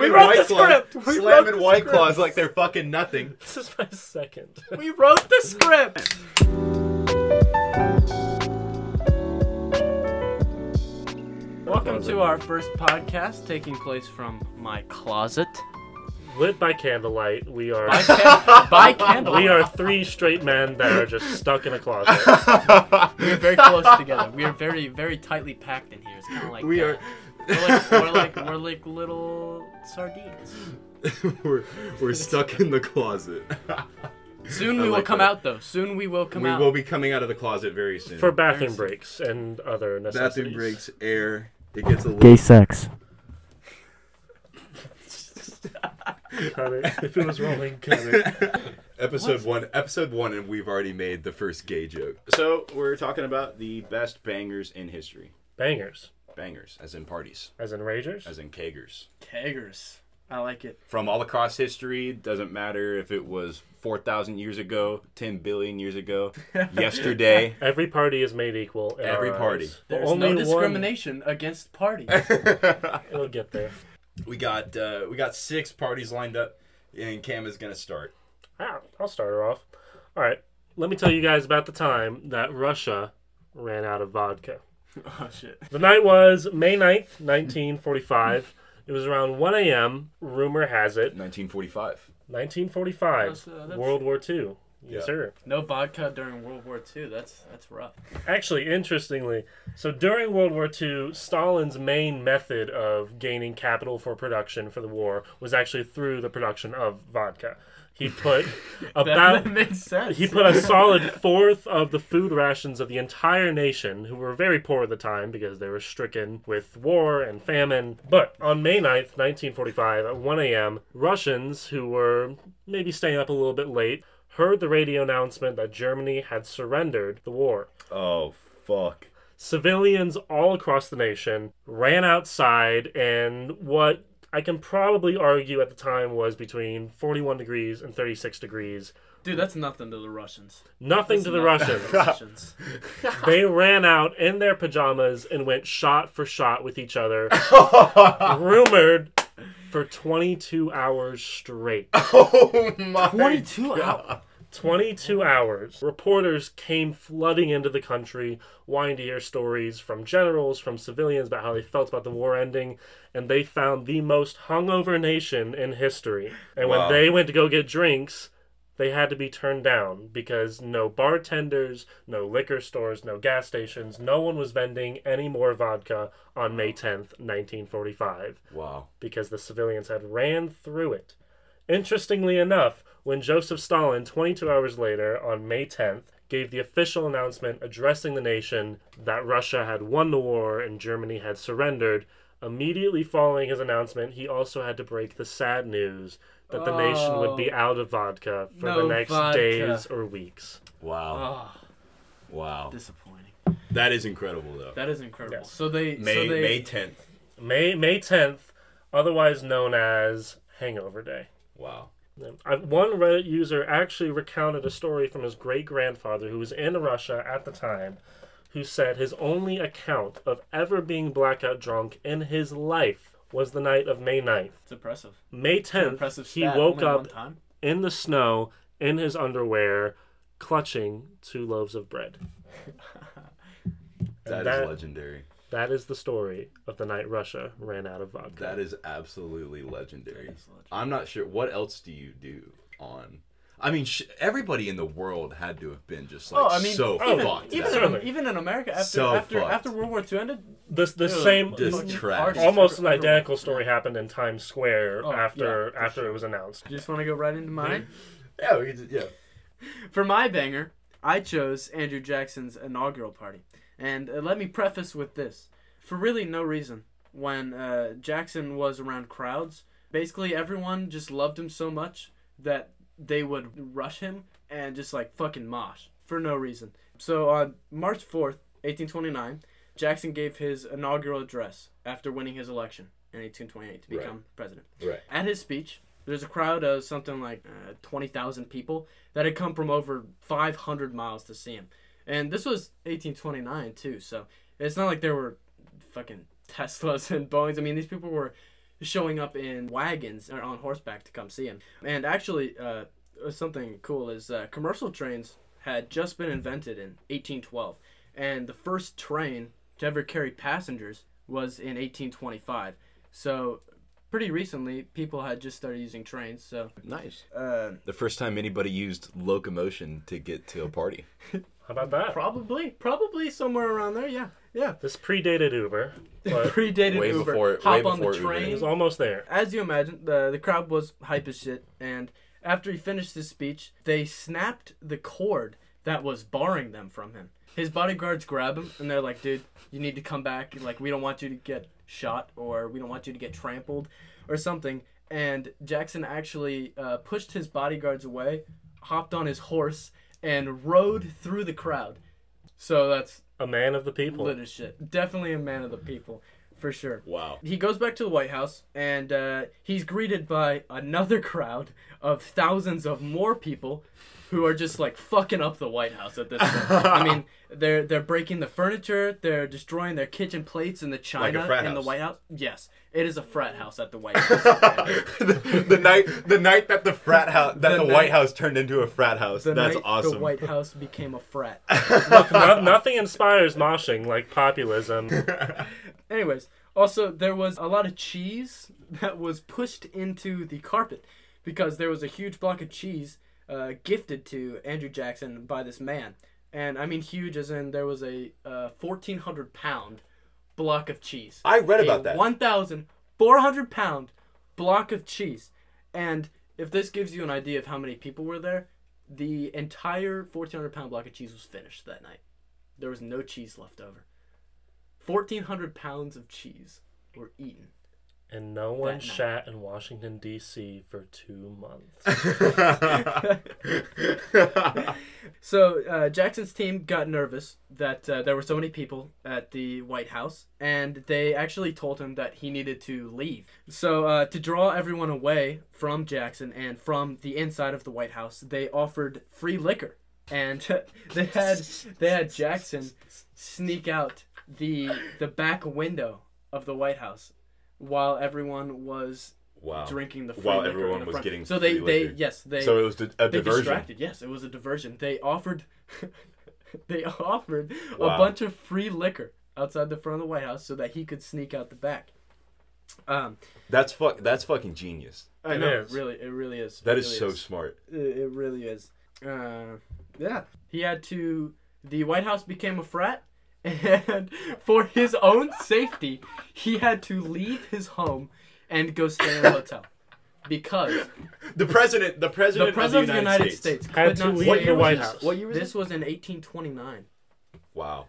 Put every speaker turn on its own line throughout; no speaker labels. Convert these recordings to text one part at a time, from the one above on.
the
White Claws,
script. We wrote
slamming
the
White
script.
Claws like they're fucking nothing.
This is my second.
We wrote the script.
Welcome to our first podcast taking place from my closet.
Lit by candlelight, we are
By, can- by candlelight.
we are three straight men that are just stuck in a closet.
We are very close together. We are very, very tightly packed in here. It's kind of like
We are-
that. We're like, we're like we're like little sardines.
we're, we're stuck in the closet.
Soon
I
we will
like
come
that.
out though. Soon we will come
we
out.
will be coming out of the closet very soon.
For bathroom breaks and other necessities.
bathroom breaks, air, it gets a
Gay
little.
sex.
Cut it. If it was rolling, cut it.
episode one, episode one, and we've already made the first gay joke.
So we're talking about the best bangers in history.
Bangers.
Bangers, as in parties,
As in Ragers?
as in keggers.
Keggers. I like it.
From all across history, doesn't matter if it was 4,000 years ago, 10 billion years ago, yesterday.
Every party is made equal. in
Every
our
party.
eyes. But
There's
only
no discrimination against parties.
One, it'll get there.
We got uh, we got six parties lined up, and Cam is gonna start.
Ah, I'll start her off. All right. Let me tell you guys about the time that Russia ran out of vodka.
oh shit.
The night was May 9th, 1945. It was around 1 a.m. Rumor has it
1945.
1945,
That's, uh, that's-
World War II.
Yeah.
Yes, sir.
No vodka during World War II. That's that's rough.
Actually, interestingly, so during World War II, Stalin's main method of gaining capital for production for the war was actually through the production of vodka. He put
That,
about
that makes sense.
he put a solid fourth of the food rations of the entire nation, who were very poor at the time because they were stricken with war and famine. But on May 9th, 1945, at 1 a.m., Russians, who were maybe staying up a little bit late, heard the radio announcement that Germany had surrendered the war.
Oh, fuck.
Civilians all across the nation ran outside, and what I can probably argue at the time was between 41 degrees and 36 degrees.
Dude, that's nothing to the Russians.
Nothing to the
Nothing
Russians.
the Russians.
they ran out in their pajamas and went shot for shot with each other, rumored for 22 hours straight.
Oh my!
22 out.
22 hours. Reporters came flooding into the country, wanting to hear stories from generals, from civilians about how they felt about the war ending, and they found the most hungover nation in history. And when
Wow.
they went to go get drinks, they had to be turned down because no bartenders, no liquor stores, no gas stations, no one was vending any more vodka on May 10th, 1945
Wow.
because the civilians had ran through it. Interestingly enough, when Joseph Stalin, 22 hours later, on May 10th, gave the official announcement addressing the nation that Russia had won the war and Germany had surrendered, immediately following his announcement, he also had to break the sad news that the nation would be out of vodka for
Oh. No
the next
vodka.
days or weeks.
Wow.
Oh,
Wow.
disappointing.
That is incredible though.
That is incredible.
Yes.
So they
May
so they
May tenth.
May May 10th, otherwise known as Hangover Day.
Wow.
I, one Reddit user actually recounted a story from his great grandfather who was in Russia at the time, who said his only account of ever being blackout drunk in his life was the night of May 9th.
it's impressive.
May
It's an
10th,
impressive
he
stat.
woke
Only one
up
time.
in the snow in his underwear, clutching two loaves of bread. And
that
that-
is legendary.
That is the story of the night Russia ran out of vodka.
That is absolutely legendary.
is legendary.
I'm not sure what else do you do on. I mean, sh- everybody in the world had to have been just like
Oh, I mean,
so
oh,
fucked.
Even
up.
Certainly.
in, even in America after
So
after
fucked.
after World War II ended,
the the
Dude,
same
Just
fucking
trash.
artists
almost an
everywhere.
identical story happened in Times Square
Oh,
after
yeah, for
after
sure.
it was announced.
You just want to go right into mine.
yeah, we could- yeah.
For my banger, I chose Andrew Jackson's inaugural party, and uh, let me preface with this: for really no reason. When uh, Jackson was around crowds, basically everyone just loved him so much that they would rush him and just like fucking mosh for no reason. So on March fourth, eighteen twenty nine, Jackson gave his inaugural address after winning his election in eighteen twenty eight to
Right.
become president.
Right.
At his speech, there's a crowd of something like uh, 20,000 people that had come from over 500 miles to see him. And this was 1829, too, so it's not like there were fucking Teslas and Boeings. I mean, these people were showing up in wagons or on horseback to come see him. And actually, uh, something cool is uh, commercial trains had just been invented in 1812, and the first train to ever carry passengers was in 1825. So, pretty recently, people had just started using trains. So,
Nice.
uh,
The first time anybody used locomotion to get to a party.
How about that?
probably, probably somewhere around there. Yeah, yeah.
This predated Uber, but it
Predated
Way
Uber.
before- way
hop on the
before Uber.
train.
was almost there.
as you imagine, the the crowd was hype as shit, and after he finished his speech, they snapped the cord that was barring them from him. His bodyguards grab him, and they're like, "Dude, you need to come back. Like, we don't want you to get shot, or we don't want you to get trampled, or something." And Jackson actually uh, pushed his bodyguards away, hopped on his horse, and rode through the crowd. So that's
A man of the people.
lit as shit. Definitely a man of the people, for sure.
Wow.
He goes back to the White House and uh, he's greeted by another crowd of thousands of more people who are just like fucking up the White House at this point. I mean, they're they're breaking the furniture, they're destroying their kitchen plates and the china
frat
in the
house.
White House. Yes, it is a frat house at the White House.
the, the night the night that the frat house that
The
the,
night-
White House turned into a frat house.
The
That's
night
awesome.
The White House became a frat.
No- nothing inspires moshing like populism.
Anyways, also there was a lot of cheese that was pushed into the carpet because there was a huge block of cheese uh, gifted to Andrew Jackson by this man, and I mean huge as in there was a uh, fourteen hundred pound block of cheese.
I read
A
about that.
One thousand four hundred pound block of cheese, and if this gives you an idea of how many people were there, the entire fourteen hundred pound block of cheese was finished that night. There was no cheese left over. 1,400 pounds of cheese were eaten.
And no one
night.
shat in Washington, D.C. for two months.
So uh, Jackson's team got nervous that uh, there were so many people at the White House, and they actually told him that he needed to leave. So uh, to draw everyone away from Jackson and from the inside of the White House, they offered free liquor, and they had they had Jackson sneak out the the back window of the White House while everyone was
wow.
drinking the free
Oh. While
liquor in
everyone
the
was
front.
getting
so they
free
they
liquor.
yes they
so it was a, a
they
diversion.
distracted. Yes, it was a diversion. They offered, they offered a
Wow.
bunch of free liquor outside the front of the White House so that he could sneak out the back. Um,
That's fuck. That's fucking genius.
I
It
know,
is.
really, it really is.
That
it
is
really
so smart.
It, it really is. Uh, yeah, he had to. The White House became a frat, and for his own safety, he had to leave his home and go stay in a hotel because
The president. The president.
the president of the United States, could
Had to
not
leave
stay
the
in his
White
house.
House. What
year was
This was in 1829.
Wow.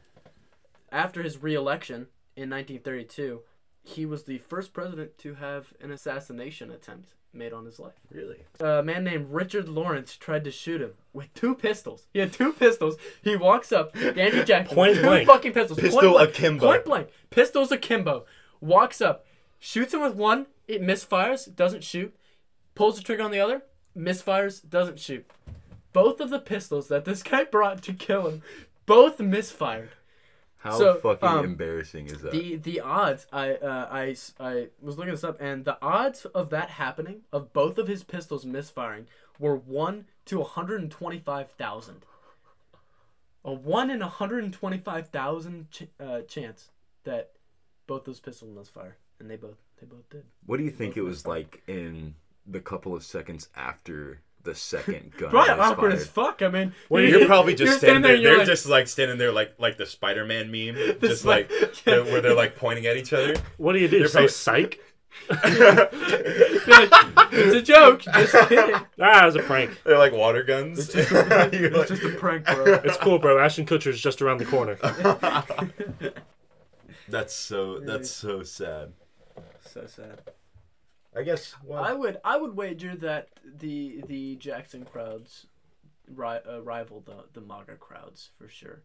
After his re-election in 1932, he was the first president to have an assassination attempt made on his life.
Really.
A man named Richard Lawrence tried to shoot him with two pistols. He had two pistols. He walks up, Andrew Jackson,
Point
two
blank.
fucking pistols, point
Pistol
blank,
akimbo.
point blank, pistols akimbo. Walks up, shoots him with one. It misfires, doesn't shoot. Pulls the trigger on the other, misfires, doesn't shoot. Both of the pistols that this guy brought to kill him, both misfired.
How
So,
fucking
um,
embarrassing is that?
The the odds I uh, I s- I was looking this up and the odds of that happening of both of his pistols misfiring were 1 to 125,000. A 1 in 125,000 ch- uh, chance that both those pistols misfire and they both they both did.
what do you think it was like in the couple of seconds after the second gun?
Right,
was
awkward
fired?
as fuck. I mean,
You're probably just
you're
standing there.
and
They're
you're like-
just like standing there, like like the Spider-Man meme, just
Spi-
like they're- where they're like pointing at each other.
What do you do? Say
probably-
psych?
it's a joke. Just kidding.
Ah, it was a prank.
They're like water guns. You're like-
It's just a prank, bro.
It's cool, bro. Ashton Kutcher's just around the corner.
that's so. That's so sad.
So sad.
I guess. Well,
I would I would wager that the the Jackson crowds ri- uh, rival the the MAGA crowds for sure.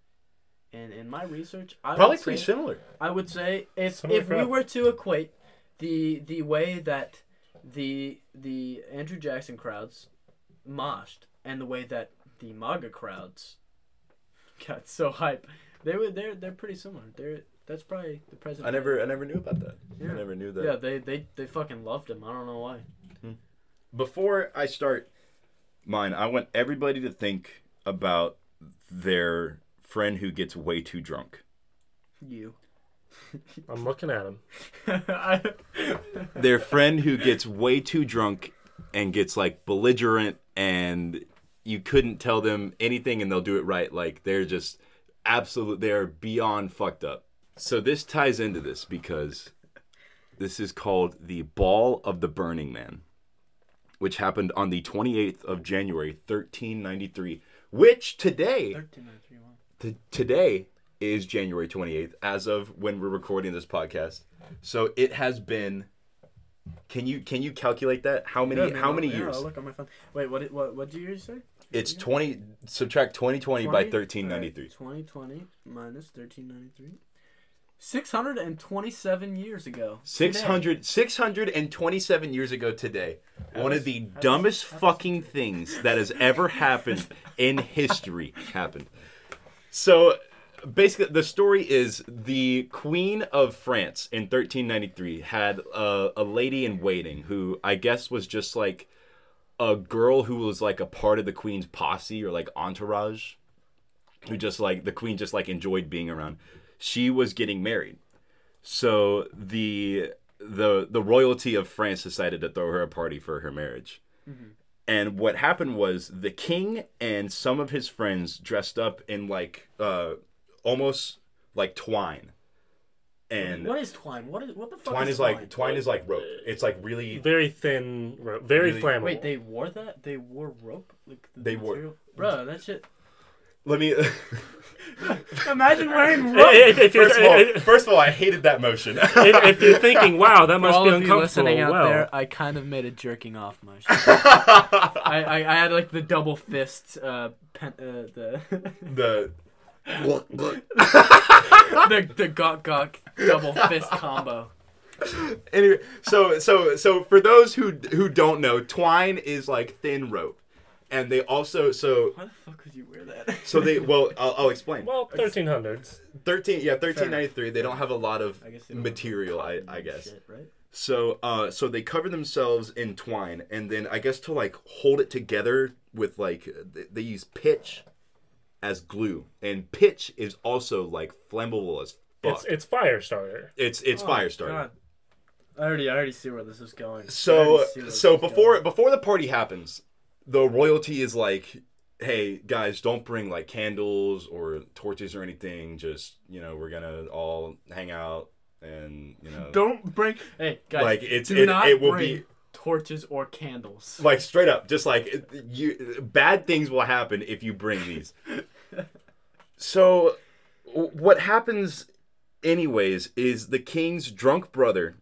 And in my research, I
probably
would
pretty
say,
similar.
I would say if
Similar
if we
crowd.
were to equate the the way that the the Andrew Jackson crowds moshed and the way that the MAGA crowds got so hype, they were they're they're pretty similar. They're That's probably the president.
I never, I never knew about that.
Yeah.
I never knew that.
Yeah, they, they they fucking loved him. I don't know why.
before I start mine, I want everybody to think about their friend who gets way too drunk.
You.
I'm looking at him.
Their friend who gets way too drunk and gets like belligerent and you couldn't tell them anything and they'll do it right. Like they're just absolute they're beyond fucked up. So this ties into this because this is called the Ball of the Burning Man. Which happened on the 28th of January, 1393, which today t- today is January 28th, as of when we're recording this podcast. So it has been. Can you can you calculate that? How many how many years?
look on my phone. Wait, what did- what what did you say?
It's 20. Subtract 2020 by 1393.
Twenty twenty minus thirteen ninety three. Six hundred and twenty seven years ago.
600, 627 years ago today, one of the
does-
dumbest
how does-
fucking things that has ever happened in history happened. So basically, the story is the Queen of France in 1393 had a, a lady in waiting who I guess was just like a girl who was like a part of the Queen's posse or like entourage, who just like the Queen just like enjoyed being around. She was getting married. So the the the royalty of France decided to throw her a party for her marriage.
Mm-hmm.
And what happened was the king and some of his friends dressed up in like uh almost like twine. And
What is twine? What is what the fuck
twine is like twine is like rope. It's like really
Very thin, ro- very
Really-
flammable.
Wait, they wore that? They wore rope? Like the
They wore-
Bro, that shit.
let me
Imagine wearing rope.
if, if you're,
First of all, first of all, I hated that motion.
if, if you're thinking, wow, that
For
must
all
be
of you
uncomfortable.
listening out
Well,
there, I kind of made a jerking off motion. I, I, I had like the double fist, uh, pen, uh the
the
the the gawk gawk double fist combo.
anyway, so so so for those who who don't know, twine is like thin rope, and they also so
Why the fuck would you wear that?
so they well I'll, I'll explain.
well, 1300s.
Thirteen yeah, thirteen ninety three. They don't have a lot of
I guess they don't have
material. I I guess.
Shit, right?
So uh so they cover themselves in twine, and then I guess to like hold it together with like th- they use pitch as glue, and pitch is also like flammable as fuck.
It's it's fire starter.
It's it's, fire starter.
Oh, God. I already, I already see where this is going. I
So
already see where this
so
is
before
going.
before the party happens, the royalty is like, "Hey guys, don't bring like candles or torches or anything. Just you know, we're gonna all hang out and you know,
don't bring. Hey guys,
Like, it's-
do
it-
not
it will
bring
be-
torches or candles.
like straight up, just like it- you, bad things will happen if you bring these." so, w- what happens, anyways, is the king's drunk brother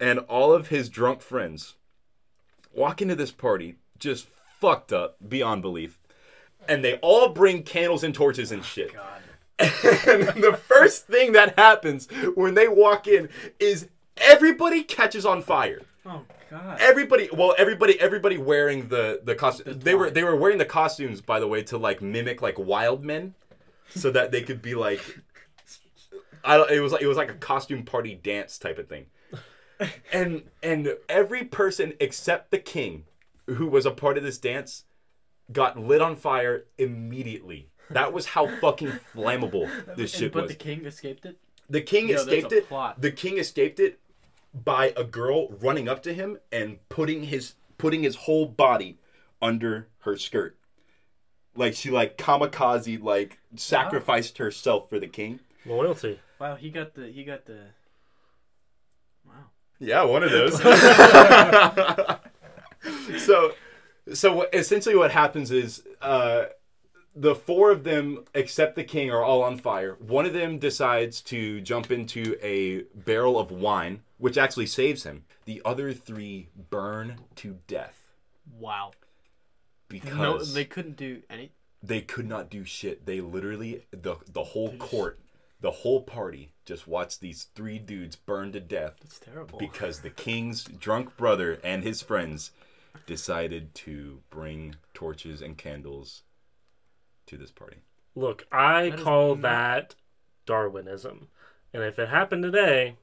and all of his drunk friends walk into this party just fucked up beyond belief. And they all bring candles and torches and
Oh,
shit. And the first thing that happens when they walk in is everybody catches on fire.
Oh god.
Everybody, well, everybody, everybody wearing the the costume. They were
twine.
they were wearing the costumes, by the way, to like mimic like wild men, so that they could be like, I don't. It was like it was like a costume party dance type of thing, and and every person except the king, who was a part of this dance, got lit on fire immediately. That was how fucking flammable this
And-
shit
but
was.
the king escaped it.
The king
Yo, that's
escaped
a
it.
plot.
The king escaped it by a girl running up to him and putting his putting his whole body under her skirt. Like she like kamikaze like sacrificed herself for the king.
Loyalty.
Wow, he got the he got the. Wow.
Yeah, one of those. so, so what- essentially, what happens is uh, the four of them, except the king, are all on fire. One of them decides to jump into a barrel of wine, which actually saves him. The other three burn to death
Wow. No,
because
they couldn't do any.
they could not do shit. They literally the the whole court, the whole party, just watched these three dudes burn to death
It's terrible.
because the king's drunk brother and his friends decided to bring torches and candles to this party.
Look, I
That is
call
not-
that Darwinism. And if it happened today,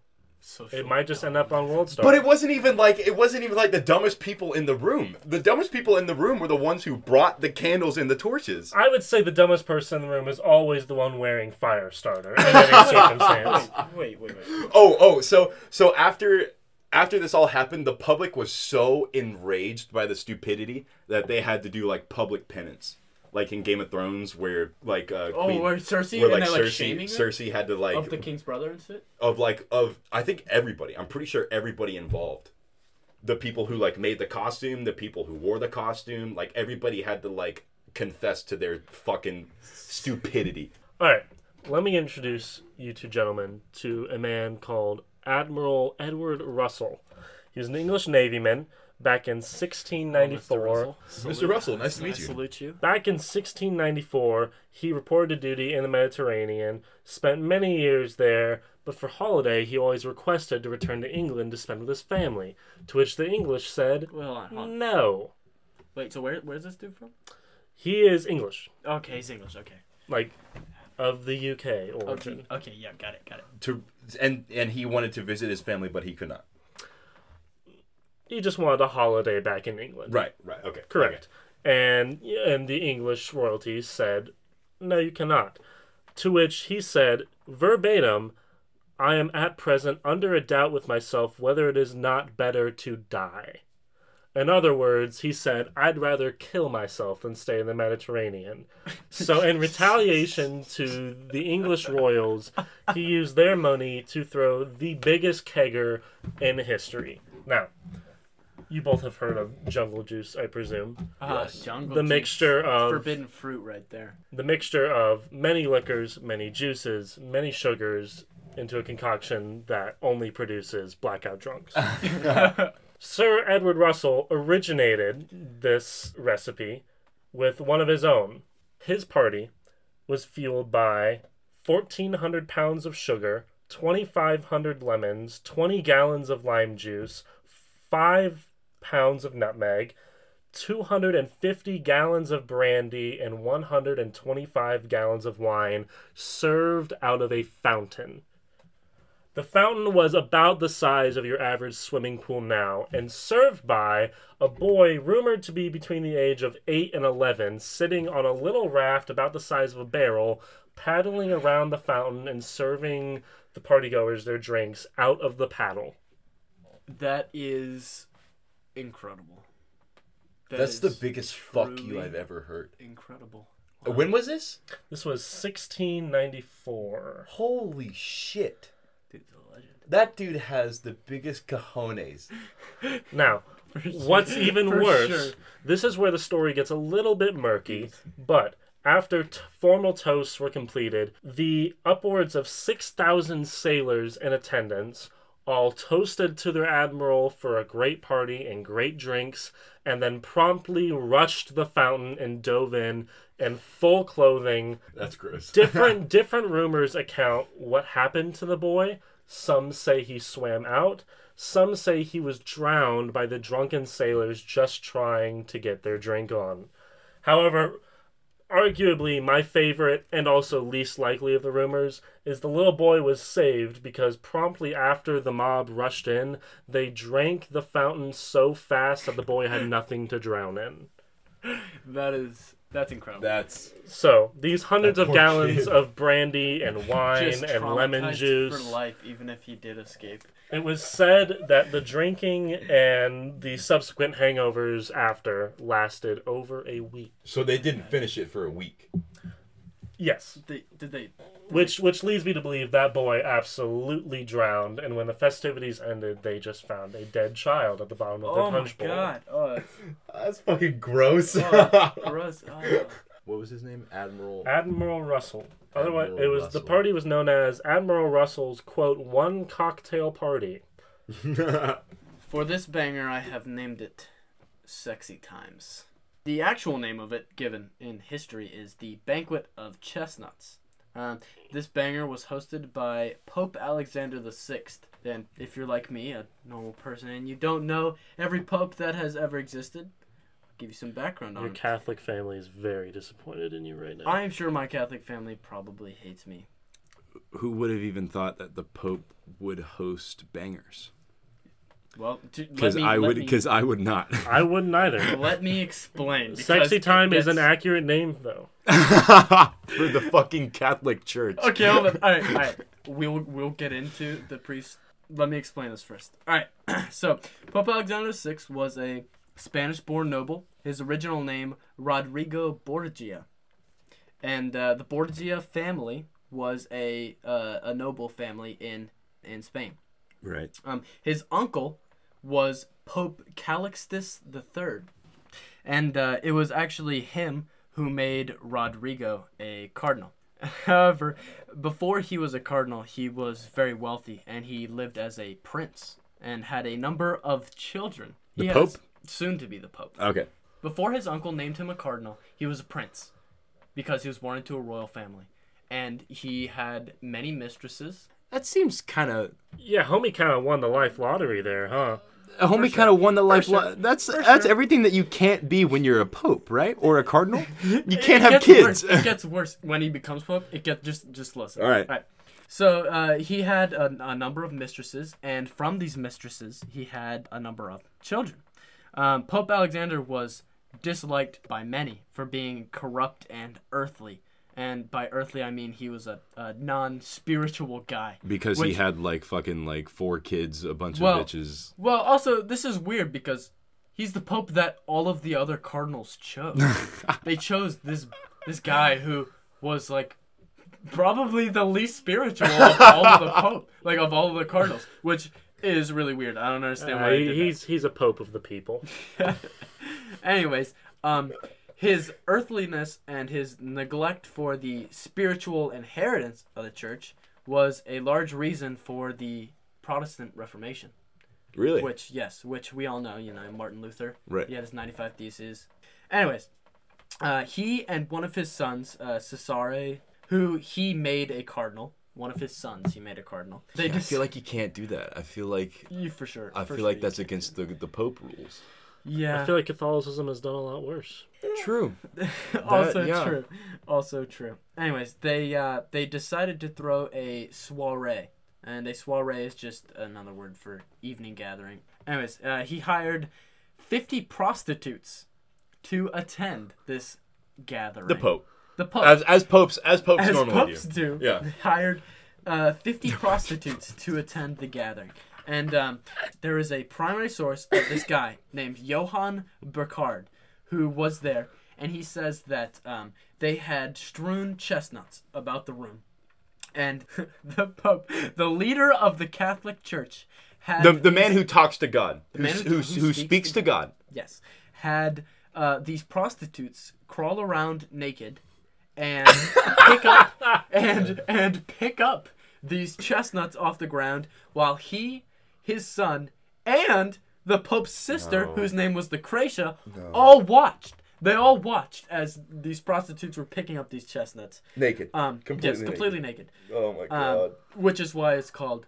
it might just end up on World Star.
But it wasn't even like it wasn't even like the dumbest people in the room. The dumbest people in the room were the ones who brought the candles and the torches.
I would say the dumbest person in the room is always the one wearing fire starter in any circumstance.
Wait, wait, wait.
Oh, oh, so so after after this all happened, the public was so enraged by the stupidity that they had to do like public penance. Like in Game of Thrones where like uh
Oh,
Queen-
where Cersei
where,
and
like
they're like
Cersei
shaming her?
Cersei had to like
Of the king's brother and shit?
of like of I think everybody. I'm pretty sure everybody involved. The people who like made the costume, the people who wore the costume, like everybody had to like confess to their fucking stupidity.
All right, let me introduce you two gentlemen to a man called Admiral Edward Russell. He was an English Navy man back in
Oh,
1694.
Mr. Russell, nice to meet you.
Salute you.
Back in 1694, he reported to duty in the Mediterranean, spent many years there, but for holiday he always requested to return to England to spend with his family, to which the English said,
Well, hold on, hold
Mm.
on.
no.
Wait, so where, where's this dude from?
He is English,
Okay, he's English, okay.
like of the UK origin.
Okay, okay yeah, got it, got it.
To and and he wanted to visit his family, but he could not.
He just wanted a holiday back in England.
Right.
Right, okay.
Correct. And and the English royalty said, "No, you cannot." To which he said verbatim, "I am at present under a doubt with myself whether it is not better to die." In other words, he said, "I'd rather kill myself than stay in the Mediterranean." So, in retaliation to the English royals, he used their money to throw the biggest kegger in history. Now, you both have heard of jungle juice, I presume
Ah,
Yes.
jungle
the
juice.
mixture of
Forbidden fruit right there.
the mixture of many liquors, many juices, many sugars into a concoction that only produces blackout drunks. Sir Edward Russell originated this recipe with one of his own. His party was fueled by 1,400 pounds of sugar, 2,500 lemons, 20 gallons of lime juice, 5 pounds of nutmeg, 250 gallons of brandy and 125 gallons of wine served out of a fountain. The fountain was about the size of your average swimming pool now and served by a boy rumored to be between the age of 8 and 11 sitting on a little raft about the size of a barrel paddling around the fountain and serving the partygoers their drinks out of the paddle.
That is incredible. That
That's
is
the biggest fuck you
truly
I've ever heard.
Incredible.
When was this?
This was 1694.
Holy shit.
Dude's a legend.
That dude has the biggest cojones.
Now, what's even
For
worse,
sure.
this is where the story gets a little bit murky, but after t- formal toasts were completed, the upwards of 6,000 sailors in attendance all toasted to their admiral for a great party and great drinks, and then promptly rushed the fountain and dove in in full clothing
That's gross.
different different rumors account what happened to the boy. Some say he swam out. Some say he was drowned by the drunken sailors just trying to get their drink on. However, arguably my favorite and also least likely of the rumors is the little boy was saved because promptly after the mob rushed in, they drank the fountain so fast that the boy had nothing to drown in.
That is that's incredible.
That's
So these hundreds
That
of
poor
gallons
kid.
of brandy and wine and lemon
traumatized
juice.
for life, even if he did escape.
It was said that the drinking and the subsequent hangovers after lasted over a week.
so they didn't finish it for a week.
Yes,
They, did they?
which which leads me to believe that boy absolutely drowned, and when the festivities ended, they just found a dead child at the bottom of
Oh
their
my
punch bowl.
god! Oh, it's
That's fucking gross.
oh, gross. Oh.
What was his name? Admiral.
Admiral Russell. Otherwise,
Admiral
it was
Russell.
the party was known as Admiral Russell's quote one cocktail party.
For this banger, I have named it Sexy Times. The actual name of it, given in history, is the Banquet of Chestnuts. Um, this banger was hosted by Pope Alexander VI. And if you're like me, a normal person, and you don't know every pope that has ever existed, I'll give you some background on
Your
it.
Catholic family is very disappointed in you right now.
I am sure my Catholic family probably hates me
who would have even thought that the Pope would host bangers?
Well, d- let
Because
me,
I
let
would,
me-
because I would not.
I wouldn't either.
Let me explain. because
Sexy
it
time is
gets-
an accurate name, though.
For the fucking Catholic Church.
Okay, hold on. All right, all right. We'll we'll get into the priest. Let me explain this first. All right. so Pope Alexander VI was a Spanish-born noble. His original name Rodrigo Borgia, and uh, the Borgia family was a uh, a noble family in in Spain.
Right.
Um, his uncle was Pope Calixtus III, and uh, it was actually him who made Rodrigo a cardinal. However, before he was a cardinal, he was very wealthy and he lived as a prince and had a number of children. The
Pope? Uh.
Soon to be the Pope.
Okay.
Before his uncle named him a cardinal, he was a prince because he was born into a royal family. And he had many mistresses.
That seems kind of.
Yeah, homie kind of won the life lottery there, huh?
Homie kind of won the life.
sure.
lo- That's that's everything that you can't be when you're a pope, right? Or a cardinal. You can't have
gets worse.
kids.
It gets worse when he becomes pope. It gets just just listen.
All right.
So uh, he had a, a number of mistresses, and from these mistresses, he had a number of children. Um, pope Alexander was disliked by many for being corrupt and earthly, and by earthly I mean he was a, a non-spiritual guy.
Because he
Which-
had like fucking like four kids, a bunch
Well-
of bitches.
Well, also this is weird because he's the pope that all of the other cardinals chose. they chose this this guy who was like probably the least spiritual of all of the pope, like of all of the cardinals, which is really weird. I don't understand
Uh,
why he,
he- he's he's a pope of the people.
Anyways, um, his earthliness and his neglect for the spiritual inheritance of the church was a large reason for the Protestant Reformation.
Really?
Which yes, which we all know, you know, Martin Luther.
Right.
He had his ninety-five theses. Anyways, uh, he and one of his sons, uh, Cesare, who he made a cardinal. One of his sons, he made a cardinal. They
I
just
feel like you can't do that. I feel like
you for sure.
I
for
feel
sure
like
you-
that's against the the pope rules.
yeah.
I feel like Catholicism has done a lot worse.
True.
also
yeah.
true. Also true. Anyways, they uh, they decided to throw a soiree, and a soiree is just another word for evening gathering. Anyways, uh, he hired fifty prostitutes to attend this gathering.
The pope.
The pope.
As as popes as popes
as
normally
popes
do.
do.
Yeah.
They hired uh, 50 prostitutes to attend the gathering. And um, there is a primary source of this guy named Johann Burkard who was there. And he says that um, they had strewn chestnuts about the room. And the Pope, the leader of the Catholic Church, had.
The, the man who talks to God, who,
man
s-
who-
who,
who
s- who
speaks
speaks
to
to God.
Yes. Had uh, these prostitutes crawl around naked and pick up and and pick up these chestnuts off the ground while he, his son, and the Pope's sister, whose name was Lucretia, all watched. They all watched as these prostitutes were picking up these chestnuts.
Naked.
Um,
Completely
yes, completely naked.
oh my
Um, which is why it's called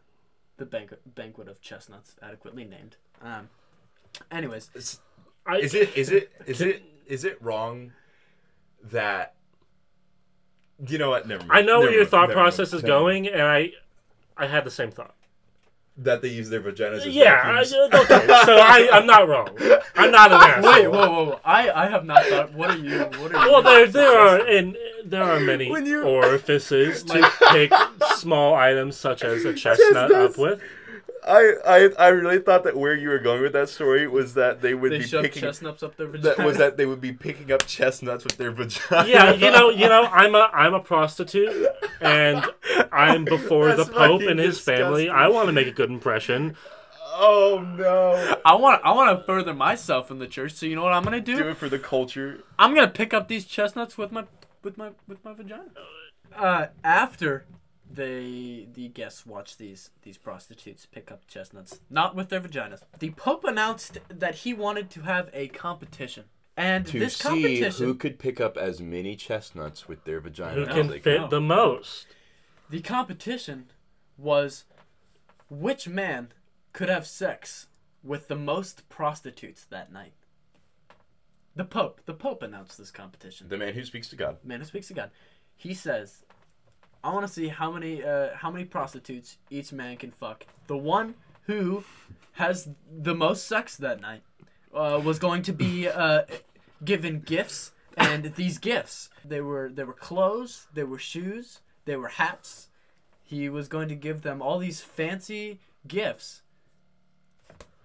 the banquet, banquet of chestnuts, adequately named. Um, anyways,
I,
Is it is it is it is it wrong that you know what? Never mind.
I know where
Never
your
mind.
thought
Never
process
mind.
is
Never mind.
going, and I I had the same thought.
That they use their vaginas. As
Yeah, I,
vacuums.
okay. So I, I'm not wrong. I'm not an asshole.
Wait, whoa, whoa, whoa! I, I have not thought. What are you? What are you?
Well, there, there are and there are many orifices to pick small items such as a chestnut up
Chestnuts.
with.
I, I I really thought that where you were going with that story was that they would
they
be
shove
picking
chestnuts up their vagina.
that was that they would be picking up chestnuts with their vagina.
Yeah, you know, you know, I'm a I'm a prostitute, and I'm before
That's
the Pope
fucking
and his family.
disgusting.
I want to make a good impression.
Oh no.
I want I want to further myself in the church. So you know what I'm gonna do?
Do it for the culture.
I'm gonna pick up these chestnuts with my with my with my vagina. Uh, after they the guests watched these these prostitutes pick up chestnuts, not with their vaginas. The Pope announced that he wanted to have a competition, and
to
this
see
competition
who could pick up as many chestnuts with their vagina.
Who
as
can
they
fit
no.
the most?
the competition was which man could have sex with the most prostitutes that night. The Pope, the Pope announced this competition.
The man who speaks to God.
Man who speaks to God, he says, I want to see how many uh, how many prostitutes each man can fuck. The one who has the most sex that night uh, was going to be uh, given gifts, and these gifts they were they were clothes, they were shoes, they were hats. He was going to give them all these fancy gifts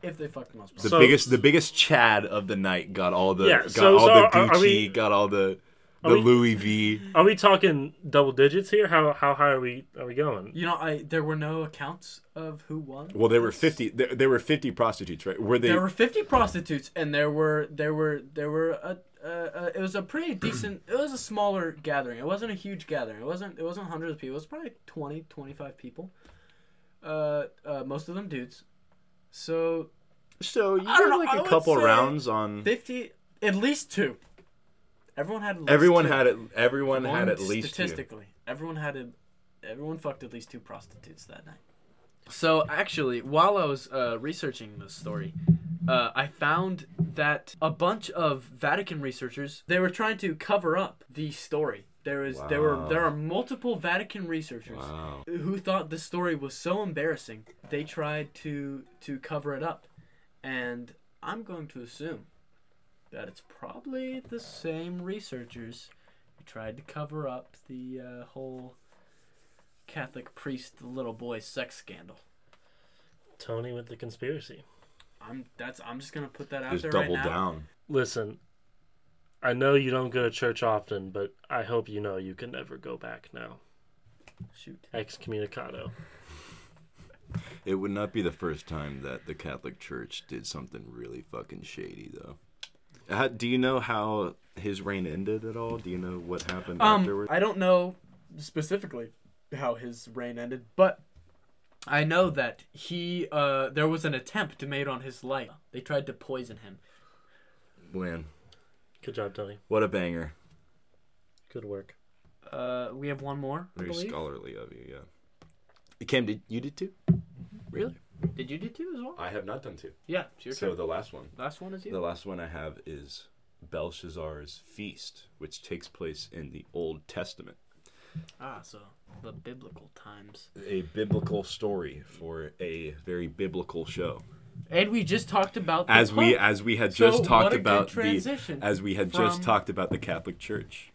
if they fucked the most.
The
prostitutes.
So-
biggest, the biggest Chad of the night got all the,
Yeah,
got
so-
all
so
the
are- are
Gucci,
we-
got all the, the
are we-
Louis V.
Are we talking double digits here? How how high are we are we going?
you know, I there were no accounts of who won.
Well, there were
this.
fifty. There, there were fifty prostitutes, right? Were they?
there were 50 prostitutes and there were there were there were a uh, uh, it was a pretty decent it was a smaller gathering it wasn't a huge gathering it wasn't it wasn't hundreds of people it was probably 20 25 people uh, uh most of them dudes so
so you
I don't
had
know,
like
I
a
would
couple
say
rounds on.
50 at least two everyone had at least
Everyone
two.
had it. Everyone
One
had at least two.
statistically everyone had a, everyone fucked at least two prostitutes that night so actually while i was uh, researching this story uh, i found that a bunch of vatican researchers they were trying to cover up the story there is there were there
Wow.
are multiple vatican researchers
Wow.
who thought this story was so embarrassing they tried to to cover it up and i'm going to assume that it's probably the same researchers who tried to cover up the uh, whole catholic priest little boy sex scandal
Tony with the conspiracy.
i'm that's i'm just gonna put that out
Just
there
double
right now
down.
Listen, I know you don't go to church often, but I hope you know you can never go back now.
shoot
Excommunicado.
It would not be the first time that the Catholic Church did something really fucking shady, though. How, do you know how his reign ended at all? Do you know what happened
um
afterwards?
i don't know specifically how his reign ended but I know that he, uh, there was an attempt made on his life. They tried to poison him.
Man,
Good job, Tony.
what a banger!
Good work.
Uh, we have one more. I
Very
believe.
scholarly of you, yeah. Cam, did you did too?
Mm-hmm. Really? Did you do two as well?
I have not done two.
Yeah, it's your
So
turn.
the last one.
Last one is you.
The last one I have is Belshazzar's feast, which takes place in the Old Testament.
Ah, so the biblical times.
A biblical story for a very biblical show.
And we just talked about the
As we
Pope.
as we had
So
just
what
talked
a good
about the
transition
as we had just
from-
talked about the Catholic Church.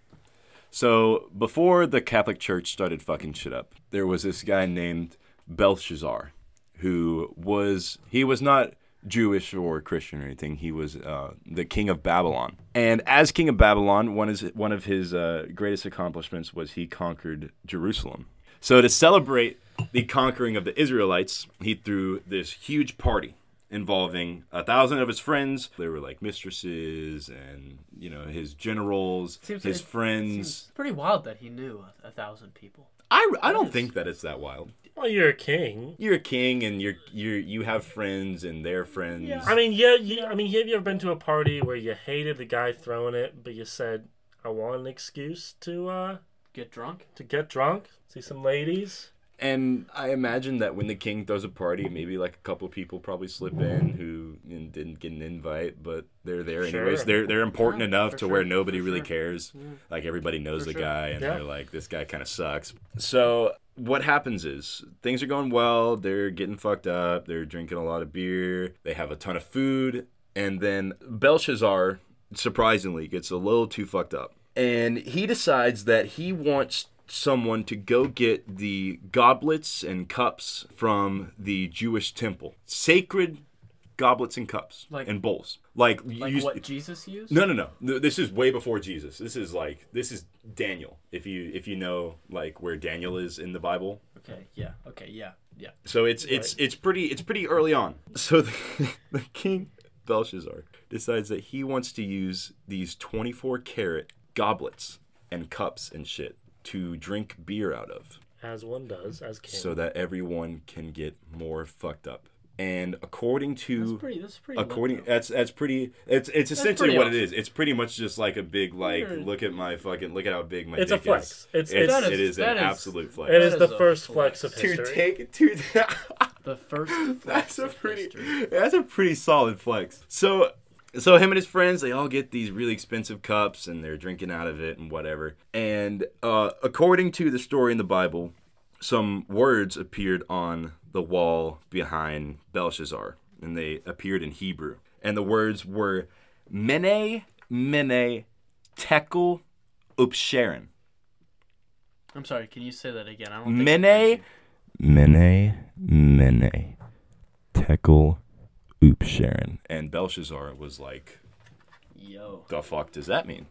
So before the Catholic Church started fucking shit up, there was this guy named Belshazzar, who was he was not Jewish or Christian or anything. He was uh, the king of Babylon, and as king of Babylon, one is one of his uh, greatest accomplishments was he conquered Jerusalem. So to celebrate the conquering of the Israelites, he threw this huge party involving a thousand of his friends. They were like mistresses and you know his generals,
Seems-
his
it
friends.
Seems pretty wild that he knew a, a thousand people.
I, I don't
is-
think that it's that wild.
Well, you're a king.
You're a king, and you're you you have friends, and their friends.
I mean, yeah, yeah. I mean, have you ever been to a party where you hated the guy throwing it, but you said, "I want an excuse to uh
Get drunk.
to get drunk, see some ladies."
And I imagine that when the king throws a party, maybe like a couple people probably slip in who you know, didn't get an invite, but they're there
Sure.
anyways. They're they're important
Yeah,
enough
for
to where
sure,
nobody
for
really
sure.
cares. Like everybody knows
Mm-hmm. For
the
sure.
guy, and
Yeah.
they're like, this guy kind of sucks. So what happens is things are going well. They're getting fucked up. They're drinking a lot of beer. They have a ton of food, and then Belshazzar surprisingly gets a little too fucked up, and he decides that he wants someone to go get the goblets and cups from the Jewish temple, sacred goblets and cups
Like-
and bowls, like,
Like
you-
what Jesus used.
no, no, no. Th- This is way before Jesus. This is like this is Daniel. If you if you know like where Daniel is in the Bible,
Okay. Yeah. Okay. Yeah. Yeah.
so it's it's it's pretty it's pretty early on. So the, the king Belshazzar decides that he wants to use these 24 karat goblets and cups and shit to drink beer out of
As one does, as king.
so that everyone can get more fucked up. And according
That's
to
pretty. That's pretty. lit,
according
though.
that's that's pretty it's it's essentially
pretty
what
awesome.
it
Hmm.
is. It's pretty much just like a big like
You're-
look at my fucking look at how big my
It's a
dick
flex.
is.
It's-
it's
That
it
is-
is an
that is-
absolute flex.
it is,
That
the
is a
first
flex.
flex of
Dude,
history.
take dude
the first.
That's
flex
a
of
pretty
history.
that's a pretty solid flex. So So him and his friends, they all get these really expensive cups and they're drinking out of it and whatever. And uh, according to the story in the Bible, some words appeared on the wall behind Belshazzar, and they appeared in Hebrew. And the words were Mene, Mene, Tekel, Upsharon.
I'm sorry. Can you say that again? I don't think I heard
Mene, Mene, Mene, Tekel, Upsharon. And Belshazzar was like,
you. Yo.
the fuck does that mean?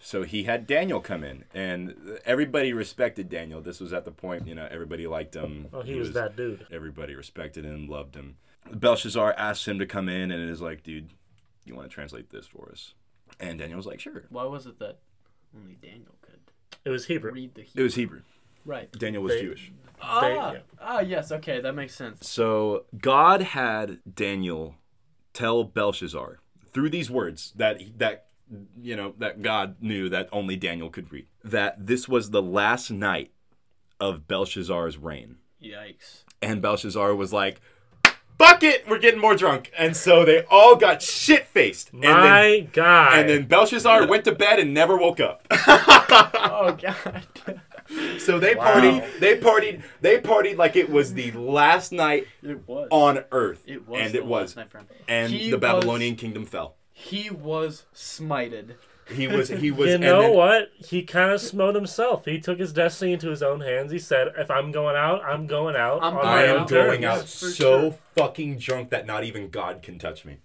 So he had Daniel come in, and everybody respected Daniel. This was at the point, you know, everybody liked him.
Oh, he was that dude.
Everybody respected him, loved him. Belshazzar asked him to come in, and it is like, dude, you want to translate this for us? And Daniel was like, sure.
Why was it that only Daniel could
It was Hebrew.
read the
It
Hebrew?
was Hebrew.
right.
Daniel was
They-
Jewish.
Ah,
yeah.
ah, yes. Okay, that makes sense.
So God had Daniel tell Belshazzar through these words that that you know that God knew that only Daniel could read that this was the last night of Belshazzar's reign.
Yikes.
And Belshazzar was like, "Fuck it, we're getting more drunk." And so they all got shit faced. And then,
My God.
and then Belshazzar went to bed and never woke up.
Oh God.
So they
Wow.
partied, they partied, they partied like it was the last night
it was
on earth.
It was.
and
the
it was.
last night for him.
and
He
the
was-
Babylonian kingdom fell.
He was smited.
He was he was
you
and
know
then-
what? He kind of smote himself. He took his destiny into his own hands. He said, "If I'm going out, I'm going out.
I'm
on
I
my
am
own
going
terms."
out
Yes, for
so
sure.
fucking drunk that not even God can touch me.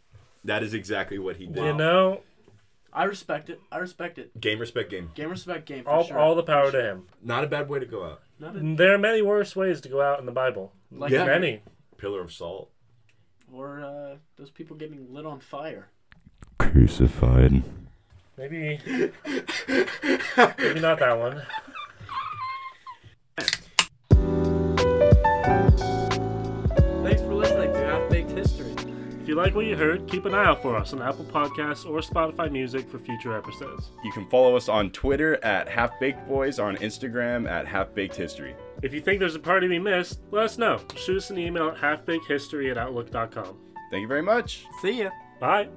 That is exactly what he did.
You know,
I respect it. I respect it.
Game respect game.
Game respect game for
all,
sure.
all the power to him.
Not a bad way to go out.
Not a,
And There are many worse ways to go out in the Bible.
like
Yeah.
Many.
Pillar of salt.
or uh, those people getting lit on fire.
Crucified.
Maybe. maybe not that one.
Thanks for listening to Half Baked History.
If you like what you heard, keep an eye out for us on Apple Podcasts or Spotify Music for future episodes.
You can follow us on Twitter at Half Baked Boys, on Instagram at Half Baked History.
If you think there's a party we missed, let us know. Shoot us an email at halfbakehistory at outlook.com.
Thank you very much.
See ya.
Bye.